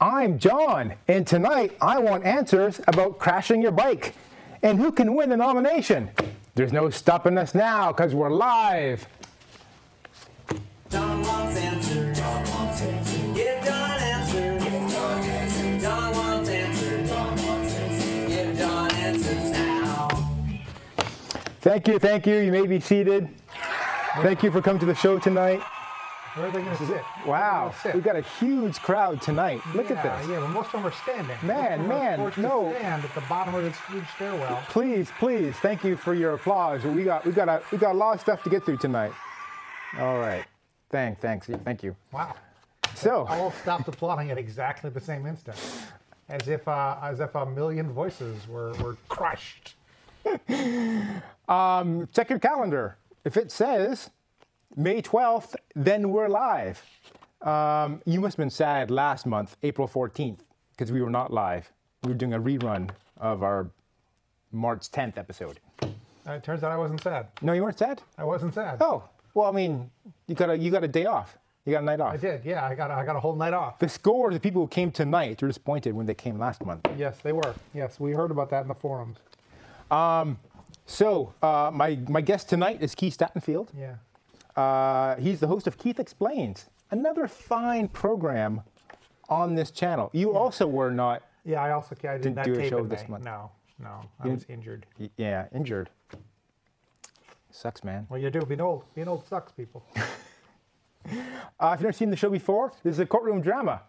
I'm John, and tonight I want answers about crashing your bike and who can win the nomination. There's no stopping us now because we're live. Don wants answer. Don wants answer. Give Don answer. Give Don answer. Don wants answer. Don wants answer. Give Don answers now. Thank you, thank you. You may be seated. Thank you for coming to the show tonight. Oh, Where are they going to sit? Wow, we got a huge crowd tonight. Look at this. Yeah, but most of them are standing. Man, Most of them are man, forced to no. Stand at the bottom of this huge stairwell. Please, please, thank you for your applause. We got, we got a, we got a lot of stuff to get through tonight. All right. Thank, thanks, thank you. Wow. So, All stopped applauding at exactly the same instant, as if uh, as if a million voices were were crushed. check your calendar. If it says May 12th, then we're live. Um, you must have been sad last month, April 14th, because we were not live. We were doing a rerun of our March 10th episode. Uh, it turns out I wasn't sad. No, you weren't sad? I wasn't sad. Oh, well, I mean, you got a, you got a day off. You got a night off. I did. Yeah, I got a, I got a whole night off. The scores of people who came tonight were disappointed when they came last month. Yes, they were. Yes, we heard about that in the forums. So, uh, my, my guest tonight is Keith Statenfield. Yeah. Uh, he's the host of Keith Explains, another fine program on this channel. You also were not, Yeah, I also I did Didn't not do a tape show in this May. month. No, no, I was injured. y- yeah, injured. Sucks, man. Well, you do. Being old, being old sucks, people. Uh, if you've never seen the show before, this is a courtroom drama.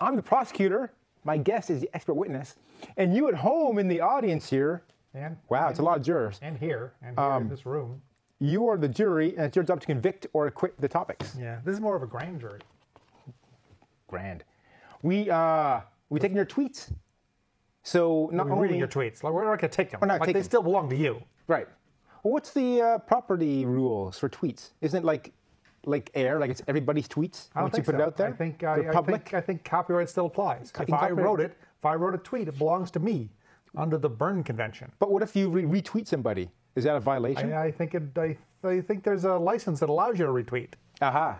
I'm the prosecutor. My guest is the expert witness, and you at home in the audience here. And Wow, it's a lot of jurors. And here, and here in this room. You are the jury, and it's your job to convict or acquit the topics. Yeah, this is more of a grand jury. Grand. We uh, we taking your tweets. So not We're only reading your tweets. Like, we're not going to take them. not like, taking they still belong to you. Right. Well, what's the uh, property rules for tweets? Isn't it like like air, like it's everybody's tweets I don't once think you put so. it out there? I think, uh, I, They're I public. think I think copyright still applies. if I copyright- wrote it, if I wrote a tweet, it belongs to me under the Berne Convention. But what if you re- retweet somebody? Is that a violation? And I uh, think it, I, I think there's a license that allows you to retweet, Aha.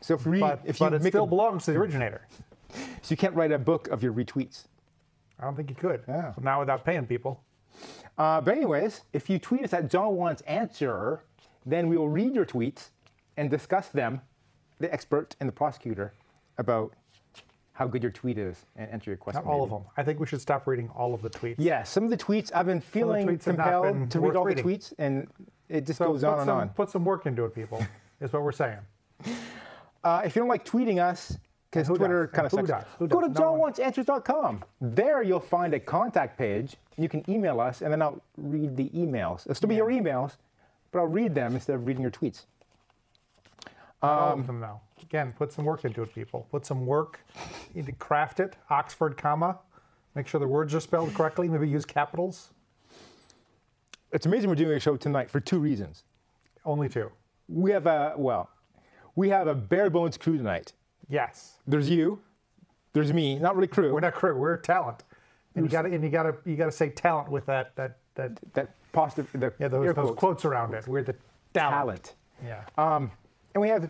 So if, re- but, if you but it make still a, belongs to the originator. so you can't write a book of your retweets. I don't think you could. Yeah. Not without paying people. Uh, but anyways, if you tweet us at John Wants Answer, then we will read your tweets and discuss them, the expert and the prosecutor, about how good your tweet is and answer your question. Not all of maybe. them. I think we should stop reading all of the tweets. Yeah, some of the tweets I've been the feeling tweets have not compelled been to worth read all reading. the tweets, and it just So goes put on and some, on. Put some work into it, people. is what we're saying. Uh, if you don't like tweeting us, because who Twitter does? kind of And who sucks, does? Who go to does? No one- johnwantsanswers.com. There you'll find a contact page. You can email us, and then I'll read the emails. It'll still be your emails, but I'll read them instead of reading your tweets. Um, all of them though. Again, put some work into it, people. Put some work into craft it. Oxford comma. Make sure the words are spelled correctly. Maybe use capitals. It's amazing we're doing a show tonight for two reasons. Only two. We have a well, we have a bare bones crew tonight. Yes. There's you, there's me, not really crew. We're not crew. We're talent. And you got to and you got to you got to say talent with that that that that positive, the yeah those, air those quotes. quotes. around it. We're the talent. talent. Yeah. Um, and we have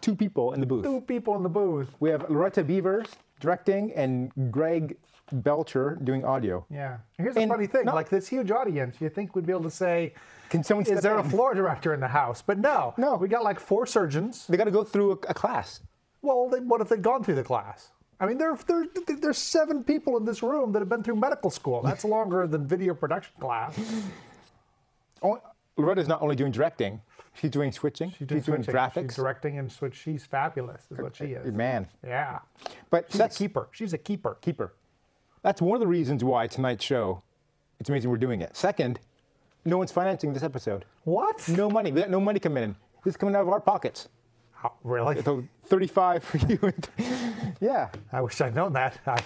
two people in the booth. Two people in the booth. We have Loretta Beavers directing and Greg Belcher doing audio. Yeah. Here's And a funny thing. not- like this huge audience, you think we'd be able to say, Can someone "Is step there a in? floor director in the house?" But no. No. We got like four surgeons. They got to go through a, a class. Well, they, what if they'd gone through the class? I mean, there, there, there's seven people in this room that have been through medical school. That's longer than video production class. Oh, Loretta's not only doing directing, she's doing switching, she's, doing Switching. graphics. She's directing and switch. She's fabulous, is what she is. Man, Yeah. but She's that's a keeper. She's a keeper. keeper. That's one of the reasons why tonight's show. It's amazing we're doing it. Second, no one's financing this episode. What? No money. We got no money coming in. This is coming out of our pockets. Oh, really? So 35 for you. and- yeah, I wish I'd known that. I,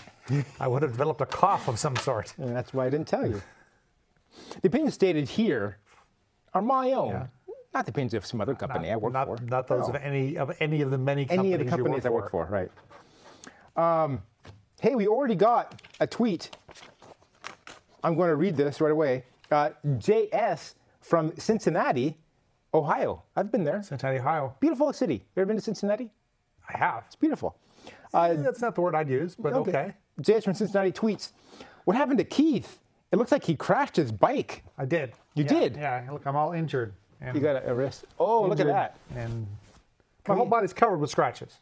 I would have developed a cough of some sort. And that's why I didn't tell you. The opinions stated here are my own, not the opinions of some other company I work not, for. not those No. of any of any of the many any companies of the you companies I work for, right? Um, hey, we already got a tweet. I'm going to read this right away. Uh, JS from Cincinnati, Ohio. I've been there. Cincinnati, Ohio. Beautiful city. You ever been to Cincinnati? I have. Beautiful. That's not the word I'd use, but okay. JS from Cincinnati tweets, What happened to Keith? It looks like he crashed his bike. I did. You Yeah, did? Yeah. Look, I'm all injured. And You got a wrist. Oh, look at injured, that. And my whole body's covered with scratches.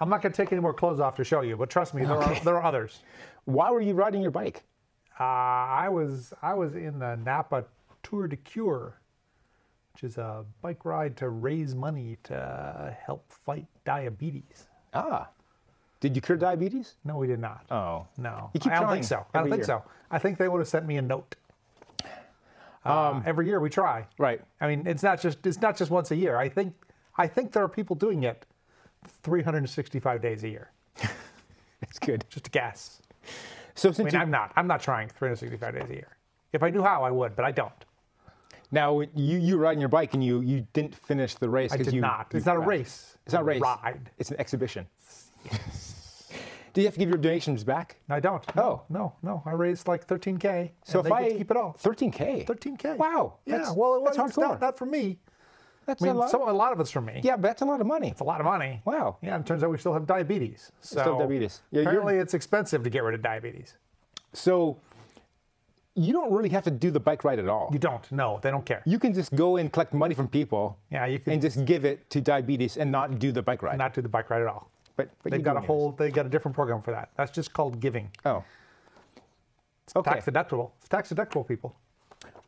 I'm not going to take any more clothes off to show you, but trust me, there are there are others. Why were you riding your bike? Uh, I was I was in the Napa Tour de Cure, which is a bike ride to raise money to help fight diabetes. Ah, did you cure diabetes? No, we did not. Oh. No, You keep I don't trying think so. I every don't think year. so. I think they would have sent me a note. Uh, every year we try. Right. I mean, it's not just it's not just once a year. I think I think there are people doing it 365 days a year. That's good. Just a guess. So I since mean, you, I'm not. I'm not trying 365 days a year. If I knew how, I would, but I don't. now you you were riding your bike and you you didn't finish the race I because did you not. you It's not a crashed. race. It's not a race. Ride. It's an exhibition. Do you have to give your donations back? I don't. Oh. No, no, no. I raised like 13k. So and if they I get to keep it all. 13k. 13k. Wow. Yeah. That's- well, it that's was it's hardcore. not, not for me. That's I mean, a lot. some, a lot of it's for me. yeah, but that's a lot of money. It's a lot of money. Wow. Yeah, and it turns out we still have diabetes. So have diabetes. Yeah, you're- apparently, it's expensive to get rid of diabetes. So you don't really have to do the bike ride at all. You don't. No, they don't care. You can just go and collect money from people. Yeah, you and could just give it to diabetes and not do the bike ride. not do the bike ride at all. but, but They've you got do a it. whole. They got a different program for that. That's just called giving. Oh. Okay. Tax deductible. It's tax deductible, people.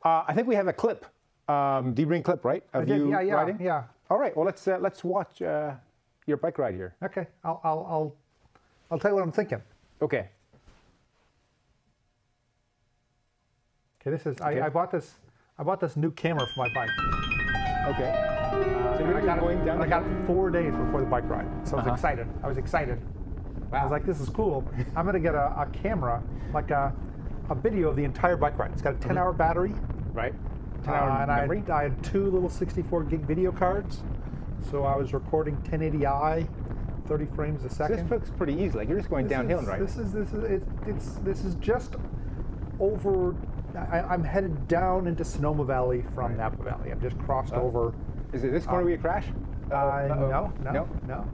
Uh, I think we have a clip. Um, do you bring a clip, right? Of did, you yeah, yeah, riding? yeah. All right. Well, let's uh, let's watch uh, your bike ride here. Okay. I'll. I'll. I'll, I'll tell you what I'm thinking. Okay. Okay. This is. Okay. I, I bought this. I bought this new camera for my bike. Okay. Uh, you're and I got going it, down and I the got it four days before the bike ride, so I was excited. I was excited. I was like, "This is cool. I'm gonna get a, a camera, like a, a video of the entire bike ride. It's got a 10-hour battery, Right. uh, and I had, I had two little 64 gig video cards, so I was recording 1080i, 30 frames a This second. looks pretty easy. Like you're just going This downhill and is- right. This is this is it's, it's this is just over. I, I'm headed down into Sonoma Valley from Napa Valley. I've just crossed over. Is it this corner where you crash? Uh, Uh, Uh-oh. no, no, No? no,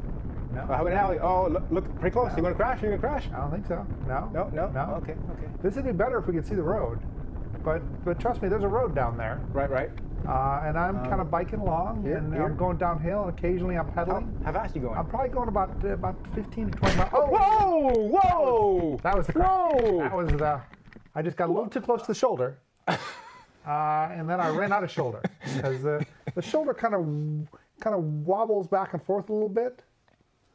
no, Oh, how about an alley? Oh, look, look pretty close. You want to crash? Are you gonna crash? I don't think so. No, No, no? no. Okay, okay. This would be better if we could see the road, but but trust me, there's a road down there, Right, right. uh, and I'm kind of biking along, here, and here. I'm going downhill, and occasionally I'm How, pedaling. how fast are you going? I'm probably going about uh, about 15 to 20 miles. Oh, Whoa! Whoa! that was the crash. Whoa! That was the. I just got a little too close to the shoulder, uh, and then I ran out of shoulder because the, the shoulder kind of kind of wobbles back and forth a little bit.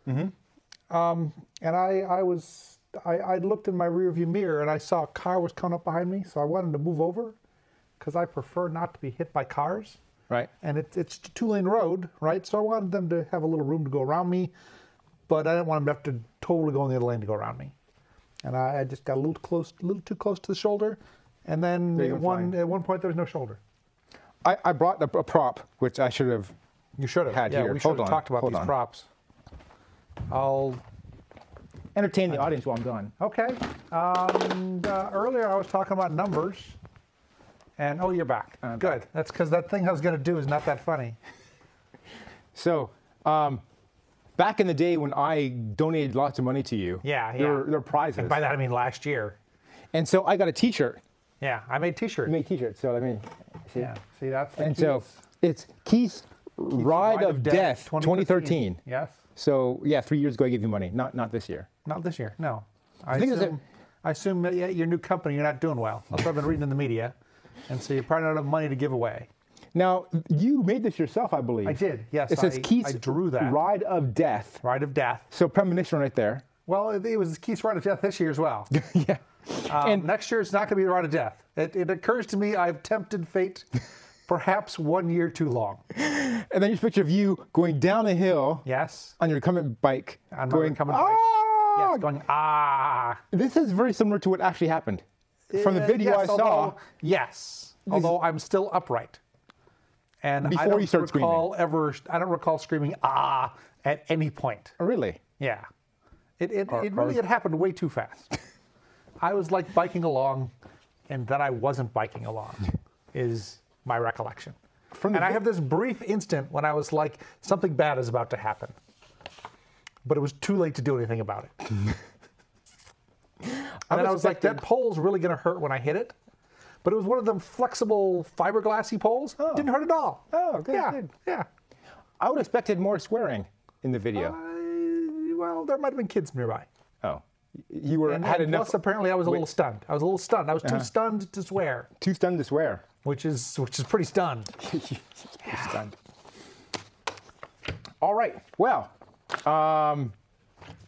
Mm-hmm. Um, and I I was I, I looked in my rearview mirror and I saw a car was coming up behind me, so I wanted to move over because I prefer not to be hit by cars right. and it's it's a two lane road, right? So I wanted them to have a little room to go around me, but I didn't want them to have to totally go in the other lane to go around me. And I, I just got a little close, a little too close to the shoulder, and then you at go one flying. at one point there was no shoulder. I, I brought a, a prop, which I should have. You should have Had yeah, here. We Hold should have on, talked about hold these on. props. I'll Entertain the audience while I'm gone. okay. Um, uh, earlier I was talking about numbers, and oh, you're back. I'm Good. That's because that thing I was going to do is not that funny. So, um, back in the day when I donated lots of money to you, Yeah, there yeah. were, there were prizes, And and, by that I mean last year. so I got a T-shirt. Yeah, I made T-shirts. I made T-shirts. So I mean, see? yeah. See, that's the and so keys. it's Keith's Ride, of Death, 2013. Yes. So yeah, three years ago I gave you money, not not this year. Not this year. No. I thing is that- assume, I assume that, yeah, your new company, you're not doing well. That's what I've been reading in the media. And so you probably don't have money to give away. Now you made this yourself, I believe. I did. Yes. It says I, Keith's I drew that. Ride, Ride of Death. of Death. So premonition right there. Well, it, it was Keith's Ride of Death this year as well. yeah. Um, and next year, it's not going to be the Ride of Death. It, it occurs to me I've tempted fate perhaps one year too long. and then your picture of you going down a hill Yes. on your incumbent bike, On my going incumbent bike. ah! Yes, going, ah. This is very similar to what actually happened. From the Uh, video yes, I saw, although- yes, although I'm still upright, and Before I don't you start screaming. recall ever. I don't recall screaming ah at any point. Oh, really, Yeah, it it, Or- it really or- it happened way too fast. I was like biking along, and then I wasn't biking along, is my recollection. From the and I vi- have this brief instant when I was like something bad is about to happen. but it was too late to do anything about it. and then I was like, expecting- that pole's really going to hurt when I hit it. But it was one of them flexible fiberglassy poles. Didn't hurt at all. Oh, good, yeah, good. yeah. I would have expected more swearing in the video. I- well, there might have been kids nearby. oh, you were And, had and enough plus, apparently, I was a little stunned. I was a little stunned. I was too Uh-huh. stunned to swear, too stunned to swear. which is which is pretty stunned. It's pretty stunned. All right. Well, um,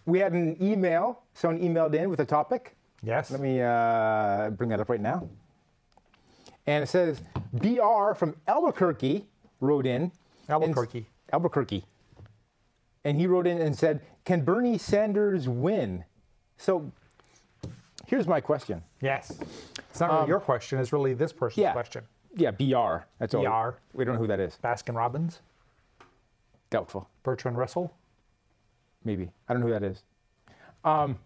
we had an email. Someone emailed in with a topic. Yes. Let me uh, bring that up right now. And it says BR from Albuquerque wrote in. and- Albuquerque. Albuquerque. And he wrote in and said, Can Bernie Sanders win? So here's my question. Yes. It's not really your question. It's really this person's Um, Yeah. question. Yeah, BR. That's all. BR. We don't know who that is. Baskin Robbins, Doubtful. Bertrand Russell. Maybe. I don't know who that is. Um,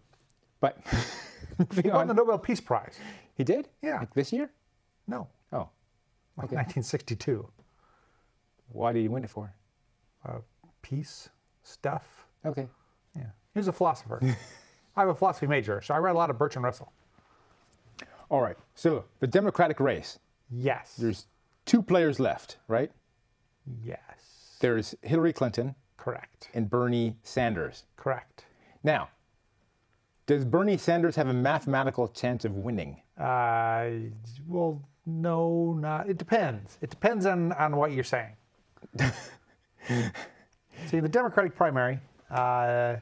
but moving Won the on. Nobel Peace Prize. he did? Yeah. Like this year? No, Oh. like 1962. Why did he win it for? Uh, peace stuff. Okay. Yeah. He was a philosopher. I'm a philosophy major, so I read a lot of Bertrand Russell. All right. So the Democratic race. Yes. There's two players left, right? yes. There's Hillary Clinton Correct. and Bernie Sanders. Correct. Now, does Bernie Sanders have a mathematical chance of winning? Uh, well, no, not. It depends. It depends on, on what you're saying. See, the Democratic primary, uh,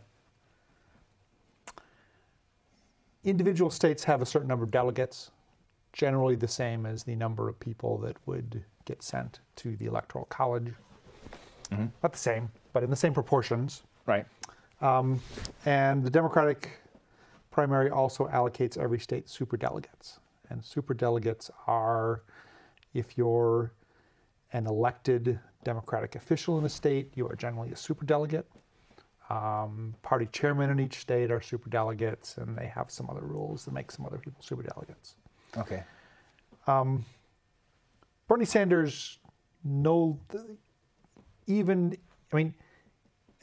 individual states have a certain number of delegates, generally the same as the number of people that would get sent to the Electoral College. Not the same, but in the same proportions. Right. And the Democratic primary also allocates every state superdelegates. And superdelegates are if you're an elected Democratic official in a state, you are generally a superdelegate. Um, party chairmen in each state are superdelegates, and they have some other rules that make some other people superdelegates. Okay. Bernie Sanders, no, even, I mean,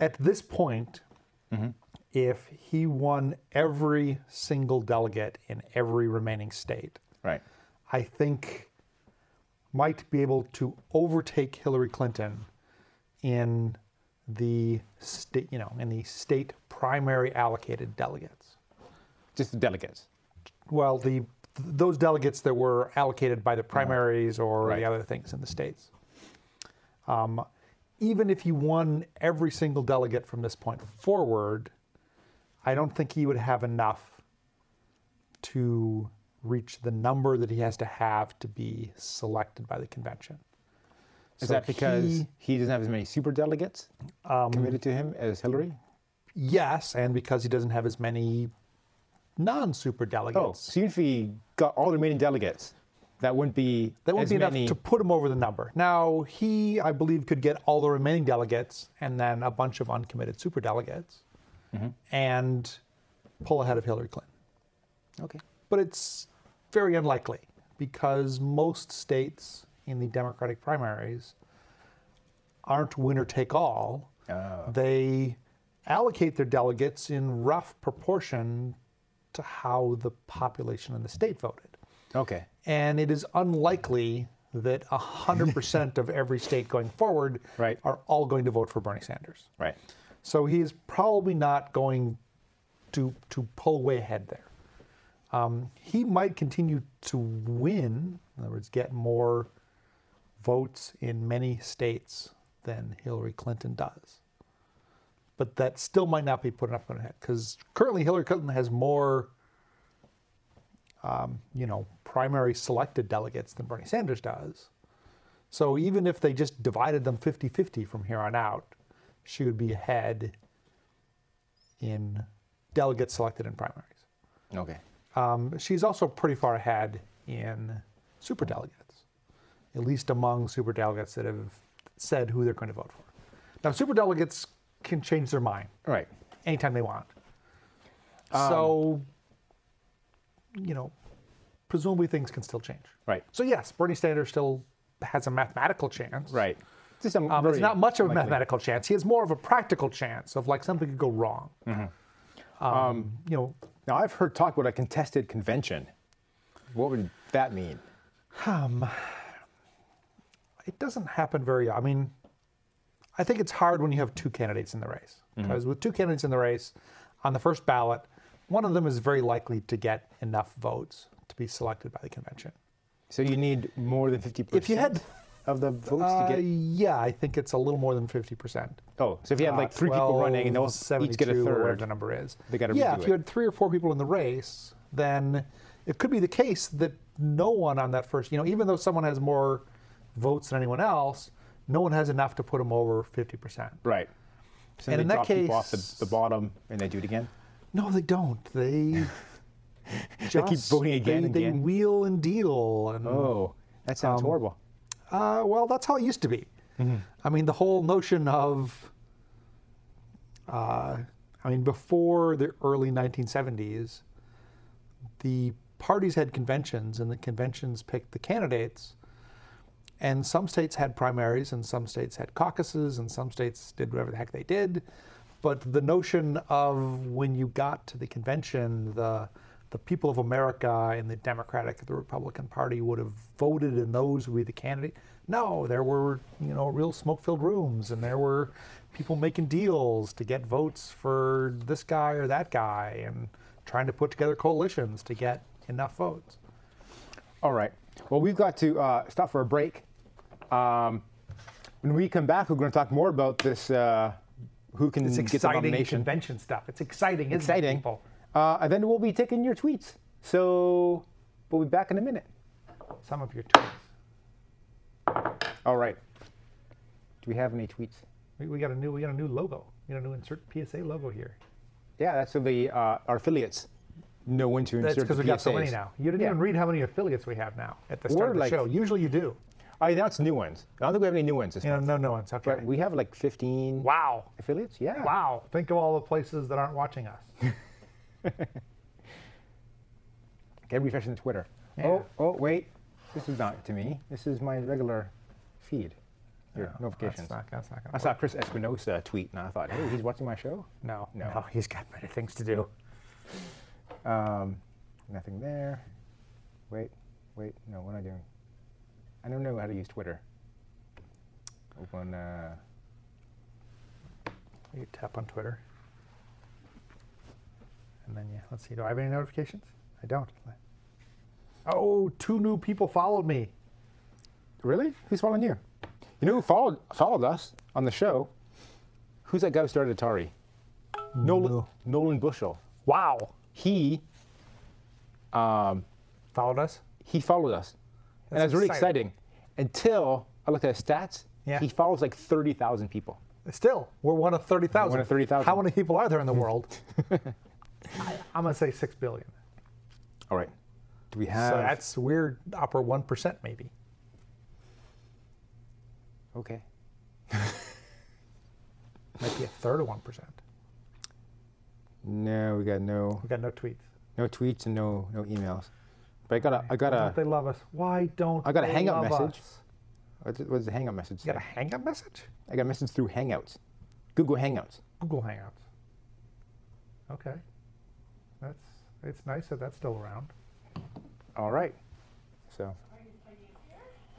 at this point, if he won every single delegate in every remaining state, Right. I think might be able to overtake Hillary Clinton in the state, you know, in the state primary allocated delegates. Just the delegates. Well, the those delegates that were allocated by the primaries or Right. the other things in the states. Um, even if he won every single delegate from this point forward, I don't think he would have enough to reach the number that he has to have to be selected by the convention. Is So that because he, he- Um, doesn't have as many super delegates committed to him as Hillary? yes, and because he doesn't have as many non-super Oh, delegates, so even if he got all the remaining delegates, that wouldn't be That won't as be enough many- to put him over the number. Now, he, I believe, could get all the remaining delegates and then a bunch of uncommitted superdelegates Mm-hmm. and pull ahead of Hillary Clinton. Okay. But it's very unlikely because most states in the Democratic primaries aren't winner take all. Oh. They allocate their delegates in rough proportion to how the population in the state voted Okay. and it is unlikely that 100% of every state going forward Right. are all going to vote for Bernie Sanders. Right. So he is probably not going to to pull way ahead there. Um, he might continue to win, in other words, get more votes in many states than Hillary Clinton does. But that still might not be put enough on ahead because currently Hillary Clinton has more, um, you know, primary selected delegates than Bernie Sanders does. So even if they just divided them 50 50 from here on out, she would be ahead in delegates selected in primaries. Okay. Um, she's also pretty far ahead in superdelegates, at least among superdelegates that have said who they're going to vote for. Now, superdelegates can change their mind All right. anytime they want. so, you know, presumably things can still change. Right. So, yes, Bernie Sanders still has a mathematical chance. Right. Just a Um, there's very not much of a likely- mathematical chance. He has more of a practical chance of like something could go wrong. Mm-hmm. Um, you know, Now, I've heard talk about a contested convention. What would that mean? it doesn't happen very. I mean, I think it's hard when you have two candidates in the race Mm-hmm. because with two candidates in the race, on the first ballot, one of them is very likely to get enough votes to be selected by the convention. So you need more than 50% If you had, of the votes uh, to get. yeah, I think it's a little more than fifty percent. Oh, so if you had like three people running and they'll each get a uh, whatever the third. number is. They gotta yeah, redo if you it. had three or four people in the race, then it could be the case that no one on that first, you know, even though someone has more votes than anyone else, no one has enough to put them over 50%. Right. So And they in that drop people off the, case- the bottom and they do it again? No, they don't. They just voting again they, and they again? wheel and deal and Oh, that Um, sounds horrible. Uh, well, that's how it used to be. I mean, the whole notion of, uh, I mean, before the early 1970s, the parties had conventions and the conventions picked the candidates. And some states had primaries and some states had caucuses and some states did whatever the heck they did. But the notion of when you got to the convention, the the people of America and the Democratic, the Republican Party would have voted and those would be the candidate. No, there were, you know, real smoke filled rooms and there were people making deals to get votes for this guy or that guy and trying to put together coalitions to get enough votes. All right. Well, we've got to uh, stop for a break. Um, when we come back, we're going to talk more about this. Uh, who can It's get the exciting nomination? convention stuff. It's exciting, isn't it, Exciting. people? Uh, and then we'll be taking your tweets. So we'll be back in a minute. Some of your tweets. All right. Do we have any tweets? We, we got a new we got a new logo. We got a new insert PSA logo here. Yeah, that's so the uh, our affiliates know when to That's insert because the we got so PSAs. many now. You didn't Yeah. even read how many affiliates we have now at the start We're of the like- show. Usually you do. I announced new ones. I don't think we have any new ones this You know, month. no, no one's okay. But we have like 15 wow, affiliates. Yeah. wow! Think of all the places that aren't watching us. Okay, refreshing the Twitter. Oh, oh, wait. This is not to me. This is my regular feed. Your notifications. Oh, That's not, that's not gonna I saw Chris Espinosa tweet, and I thought, hey, he's watching my show. No, No. no, he's got better things to do. Um, nothing there. Wait, wait. No, what am I doing? I don't know how to use Twitter. Open. Uh, You tap on Twitter, and then yeah. Let's see. Do I have any notifications? I don't. Oh, two new people followed me. really? Who's following you? You know who followed followed us on the show? Who's that guy who started Atari? Nolan Mm, No. Nolan Bushell. Wow. He Followed us? he followed us. and it was really exciting. exciting. Until I looked at his stats, Yeah. he follows like 30,000 people. Still, we're one of 30,000. One of 30,000. How many people are there in the world? I, am going to say 6 billion. All right. Do we So have. that's weird, upper 1% maybe. okay. Might be a third of 1%. No, we got no We've got no tweets. no tweets and no no emails. But I got a I got Why don't they a love us? Why don't I got a they hangout love message. us? what was the Hangout message? You got say? a hangout message? I got a message through Hangouts, Google Hangouts. Google Hangouts. Okay. That's It's nice that that's still around. All right. So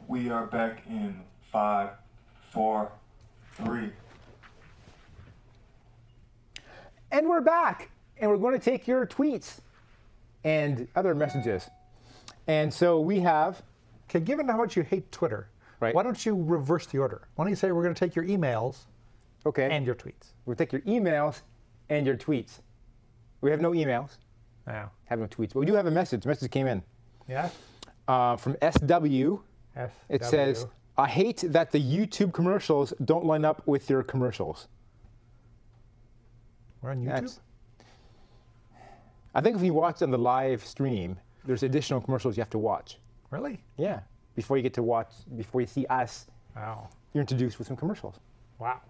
We are back in five, four, three. and we're back, and we're going to take your tweets and other messages. And so we have Okay, given how much you hate Twitter, Right. why don't you reverse the order? Why don't you say we're going to take your emails okay. and your tweets? We'll take your emails and your tweets. We have no emails, Yeah. have no tweets, but we do have a message. message came in Yeah? uh, from SW. S. It says, I hate that the YouTube commercials don't line up with your commercials. We're on YouTube? That's- I think if you watch on the live stream, there's additional commercials you have to watch. Really? Yeah. Before you get to watch, before you see us, Wow. you're introduced with some commercials. Wow.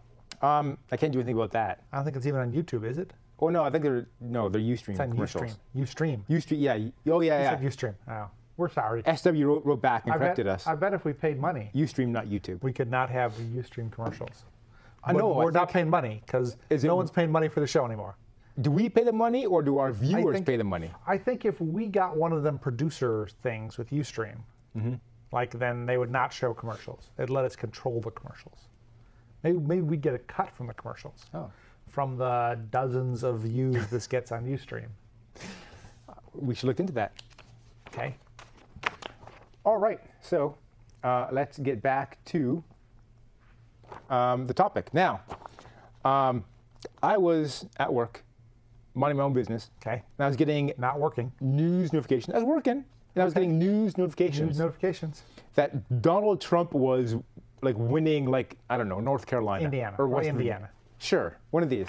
Um, I can't do anything about that. I don't think it's even on YouTube, is it? Oh no, I think they're no, they're Ustream It's on commercials. Ustream. Ustream. Ustream, yeah. y- Oh yeah, You yeah. said Ustream. Oh. We're sorry. SW wrote, wrote back and I bet, corrected us. I bet if we paid money, Ustream, not YouTube. we could not have Ustream commercials. I know, I We're not think- paying money because Is no it- one's paying money for the show anymore. Do we pay the money or do our viewers think- pay the money? I think if we got one of them producer things with Ustream, Mm-hmm. like then they would not show commercials. They'd let us control the commercials. Maybe, maybe we'd get a cut from the commercials, Oh. from the dozens of views this gets on Ustream. We should look into that. Okay. All right, so uh, let's get back to um, the topic. Now, um, I was at work, minding my own business, Okay. and I was getting Not working. news notifications. I was working, and I was getting news notifications News notifications. that Donald Trump was like winning, like I don't know, North Carolina, Indiana. or Or West Indiana. Sure, one of these.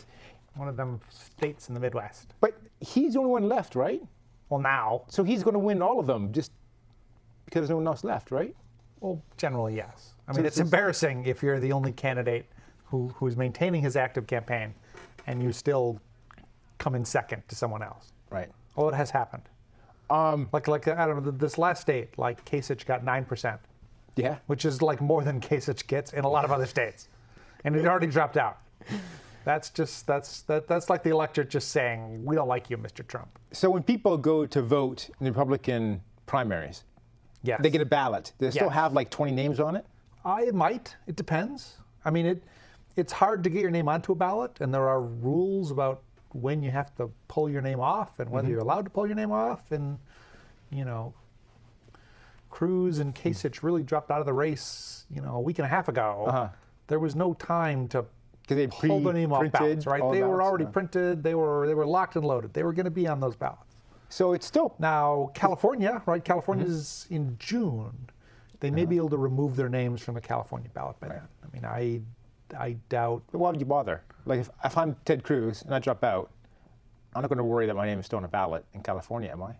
One of them states in the Midwest. But he's the only one left, right? Well, now. So he's going to win all of them just because there's no one else left, right? Well, generally, yes. I mean, So it's this- embarrassing if you're the only candidate who, who is maintaining his active campaign and you still come in second to someone else. Right. Oh, it has happened. Um, like, like I don't know, this last state, like Kasich got 9%, Yeah. which is like more than Kasich gets in a lot of other states. And it already dropped out. That's just, that's, that, that's like the electorate just saying, we don't like you, Mr. Trump. So when people go to vote in the Republican primaries, Yes. they get a ballot. They still Yes. have like 20 names on it. I it might. It depends. I mean, it it's hard to get your name onto a ballot, and there are rules about when you have to pull your name off and Mm-hmm. whether you're allowed to pull your name off. And you know, Cruz and Mm. Kasich really dropped out of the race. You know, a week and a half ago. There was no time to Because Uh-huh. they pull the name off pre-printed ballots, right? all They were ballots, already yeah. printed. They were they were locked and loaded. They were going to be on those ballots. So it's still Now, California, right? Mm-hmm. California's in June. They may be able to remove their names from the California ballot by then. I mean, I, I doubt. why would you bother? Like if, if I'm Ted Cruz and I drop out, I'm not going to worry that my name is still on a ballot in California, am I?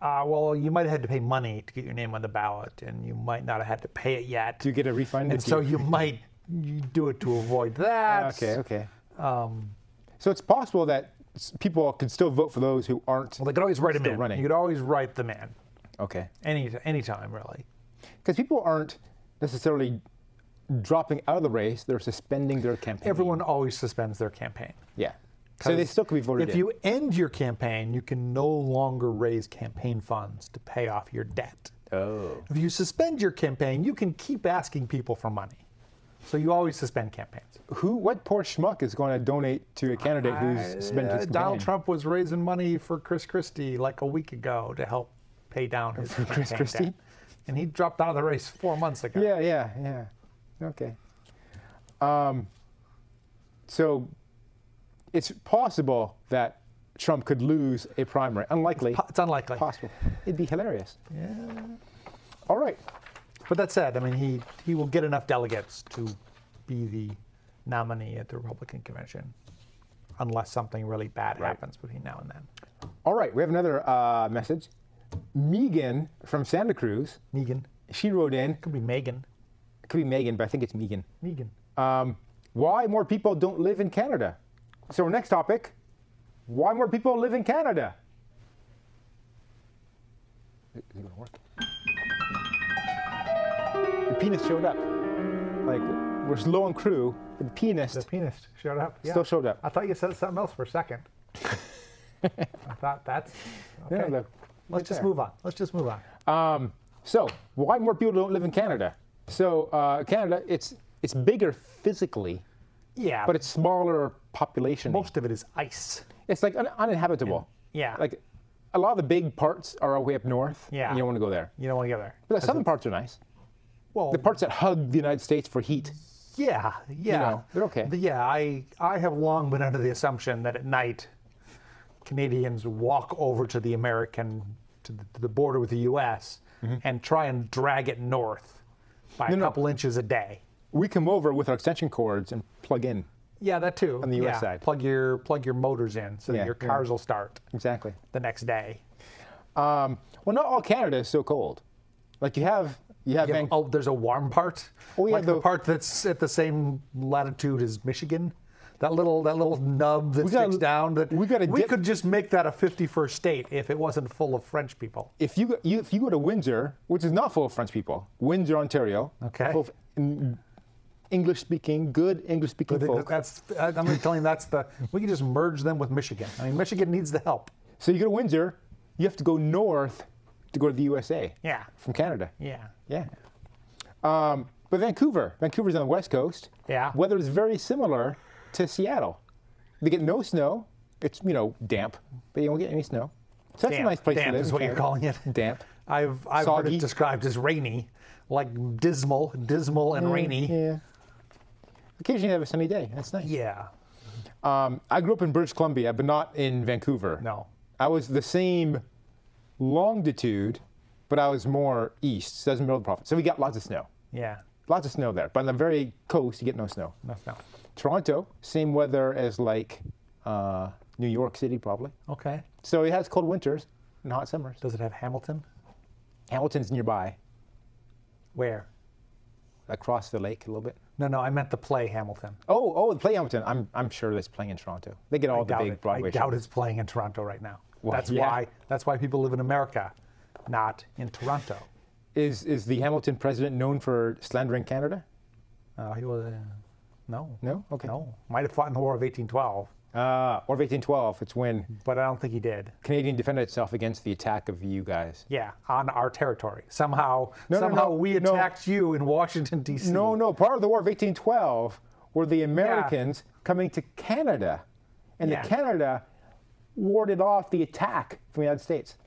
Uh, well, you might have had to pay money to get your name on the ballot, and you might not have had to pay it yet. Do you get a refund? and if so you might you do it to avoid that. Okay. Okay. um, so it's possible that s- people could still vote for those who aren't. Well, they could always write them Still in. running. You could always write them in okay. any any time really. Mm-hmm. Because people aren't necessarily dropping out of the race; they're suspending their campaign. Everyone always suspends their campaign. Yeah. So they 'Cause still could be voted If in. you end your campaign, you can no longer raise campaign funds to pay off your debt. oh. If you suspend your campaign, you can keep asking people for money. So you always suspend campaigns. Who? What poor schmuck is going to donate to a candidate who's spent Uh, his Donald campaign? Trump was raising money for Chris Christie like a week ago to help pay down his for Chris Christie? And he dropped out of the race four months ago. Yeah. Yeah. Yeah. Okay. Um. So it's possible that Trump could lose a primary. Unlikely. Po- It's unlikely. possible. It'd be hilarious. Yeah. All right. But that said, I mean, he, he will get enough delegates to be the nominee at the Republican convention unless something really bad happens between now and then. All right. We have another uh, message. Megan from Santa Cruz. Megan. She wrote in. Could be Megan. It could be Megan, but I think it's Megan. Megan. Um, why more people don't live in Canada? So our next topic. Why more people live in Canada? Is it gonna work? The penis showed up. Like we're slow on crew, but the penis. The penis showed up. Yeah. Still showed up. I thought you said something else for a second. I thought that's. Okay. Yeah, look, Let's just there. move on. Let's just move on. Um, So, why more people don't live in Canada? So, uh, Canada, it's it's bigger physically, Yeah. but it's smaller population. most of it is ice. It's like un- uninhabitable. Yeah. Like a lot of the big parts are way up north. Yeah. And you don't want to go there. You don't want to go there. But the southern parts are nice. Well, The parts that hug the United States for heat. yeah, yeah. know, they're okay. The- yeah, I I have long been under the assumption that at night Canadians walk over to the American to the, to the border with the U.S. and try and drag it north by a Mm-hmm. no. couple inches a day. We come over with our extension cords and plug in. Yeah, that too. On the US yeah. side. plug your plug your motors in so Yeah, that your yeah. cars will start Exactly. the next day. Um, well, not all Canada is so cold. Like you have you have You Van- have- oh, there's a warm part. Oh, yeah, like the, the- part that's at the same latitude as Michigan. that little that little nub that We gotta- sticks down. That we gotta we dip- could just make that a 51st state if it wasn't full of French people. If you, go, you if you go to Windsor, which is not full of French people, Windsor, Ontario, Okay. full of English speaking, good English speaking But folk. that's I'm telling you that's the we can just merge them with Michigan. I mean Michigan needs the help. So you go to Windsor, you have to go north to go to the USA. Yeah. From Canada. Yeah. Yeah. Um, but Vancouver, Vancouver's on the west coast. Yeah. Weather is very similar to Seattle. They get no snow. It's you know damp, but you don't get any snow. So that's Damp. a nice place to Damp live. is in what you're Canada. calling it. Damp. I've I've heard Soggy. it described as rainy, like dismal, dismal Mm. and rainy. Yeah. Occasionally they have a sunny day. That's nice. Yeah. Um, I grew up in British Columbia, but not in Vancouver. No. I was the same longitude, but I was more east. So that's middle of the province. So we got lots of snow. Yeah. Lots of snow there. But on the very coast, you get no snow. No, no. Toronto, same weather as like uh, New York City, probably. Okay. So it has cold winters and hot summers. Does it have Hamilton? Hamilton's nearby, Where? across the lake a little bit. No, no, I meant the play Hamilton. Oh, oh, the play Hamilton. I'm, I'm sure that's playing in Toronto. They get all the doubt big it. Broadway I doubt shows. it's playing in Toronto right now. Why, that's yeah. why that's why people live in America, not in Toronto. Is, is the Hamilton president known for slandering Canada? Uh, he was, uh, no. No? Okay. No. Might have fought in the War of 1812, Uh, or of 1812, it's when but I don't think he did. Canadian defended itself against the attack of you guys. Yeah, on our territory. Somehow, No, no, somehow no, we no. attacked you in Washington D.C. No, no, part of the War of 1812 were the Americans coming to Canada, and Yeah. the Canada warded off the attack from the United States.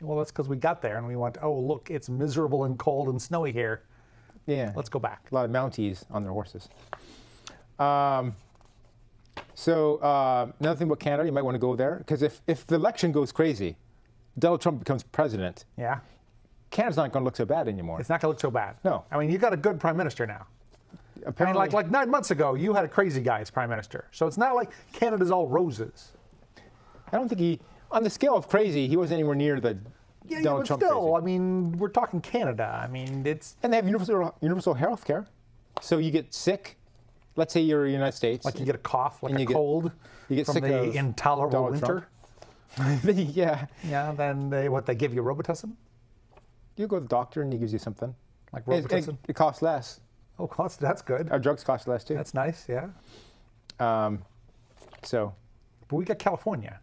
Well, that's because we got there and we went. Oh, look, it's miserable and cold and snowy here. Yeah. Let's go back. A lot of Mounties on their horses. Um, so uh, another thing about Canada, you might want to go there because if, if the election goes crazy, Donald Trump becomes president, Yeah, Canada's not going to look so bad anymore. it's not gonna look so bad. No. I mean you got a good prime minister now. I mean, Apparently, like like nine months ago, you had a crazy guy as prime minister. So it's not like Canada's all roses. I don't think he, on the scale of crazy, he wasn't anywhere near the Yeah, Donald but Trump still, crazy. I mean, we're talking Canada. I mean, it's And they have universal universal health care. So you get sick. Let's say you're in the United States. like you get a cough, like And a you get- cold, you get from sick the of intolerable Donald winter. Trump. yeah. Yeah, then they what they give you Robitussin, You go to the doctor and he gives you something. like And It, Robitussin. it, it costs less. oh, that's, that's good. Our drugs cost less too. That's nice. Yeah, Um, so but we got California.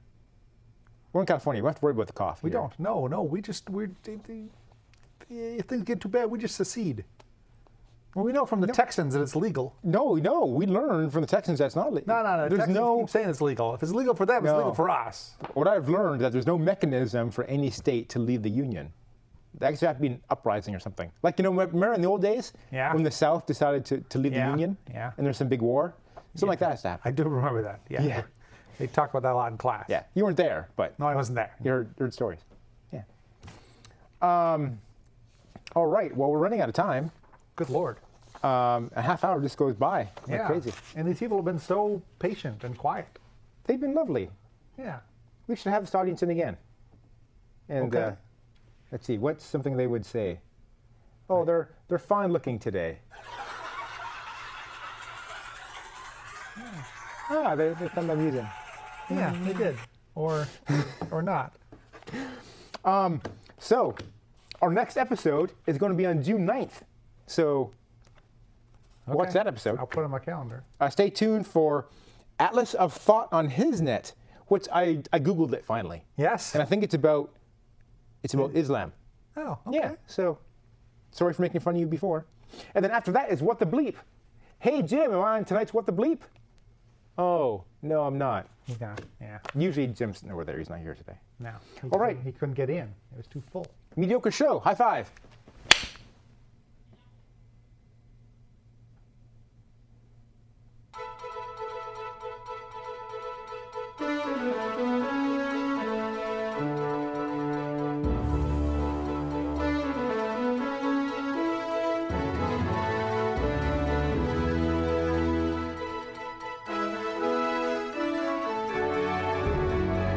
we're in California. We don't have to worry about the cough. We don't. No, no. We just we're they, they- if things get too bad, we just secede. Well, we know from the Texans that it's legal. No, no. We learned from the Texans that's not legal. No, no, no. There's Texans no. keep saying it's legal. If it's legal for them, it's No. legal for us. What I've learned that there's no mechanism for any state to leave the union. There actually have to be an uprising or something. Like you know, remember in the old days Yeah. when the South decided to, to leave Yeah, the union, yeah. and there's some big war, something like that has to happen. I do remember that. Yeah. Yeah. They talk about that a lot in class. Yeah, you weren't there, but No, I wasn't there. you heard, heard stories. Yeah. Um, all right. Well, we're running out of time. Good lord. Um, a half hour just goes by like yeah. crazy. And these people have been so patient and quiet. They've been lovely. Yeah. We should have this audience in again. And Okay. uh, let's see, what's something they would say? Oh, they're they're fine looking today. Ah, they, they found the music. Yeah, they did. Or or not. So, our next episode is going to be on June 9th. So, what's Okay. that episode? I'll put it on my calendar. Uh, stay tuned for Atlas of Thought on HisNet, which I, I Googled it finally. Yes. And I think it's about it's about Islam. Oh, okay. Yeah. So sorry for making fun of you before. And then after that is what the bleep. Hey Jim, am I on tonight's what the bleep? Oh, no, I'm not. Yeah. Yeah. Usually Jim's nowhere there, he's not here today. No. He All right. couldn't- He couldn't get in. It was too full. Mediocre show. High five.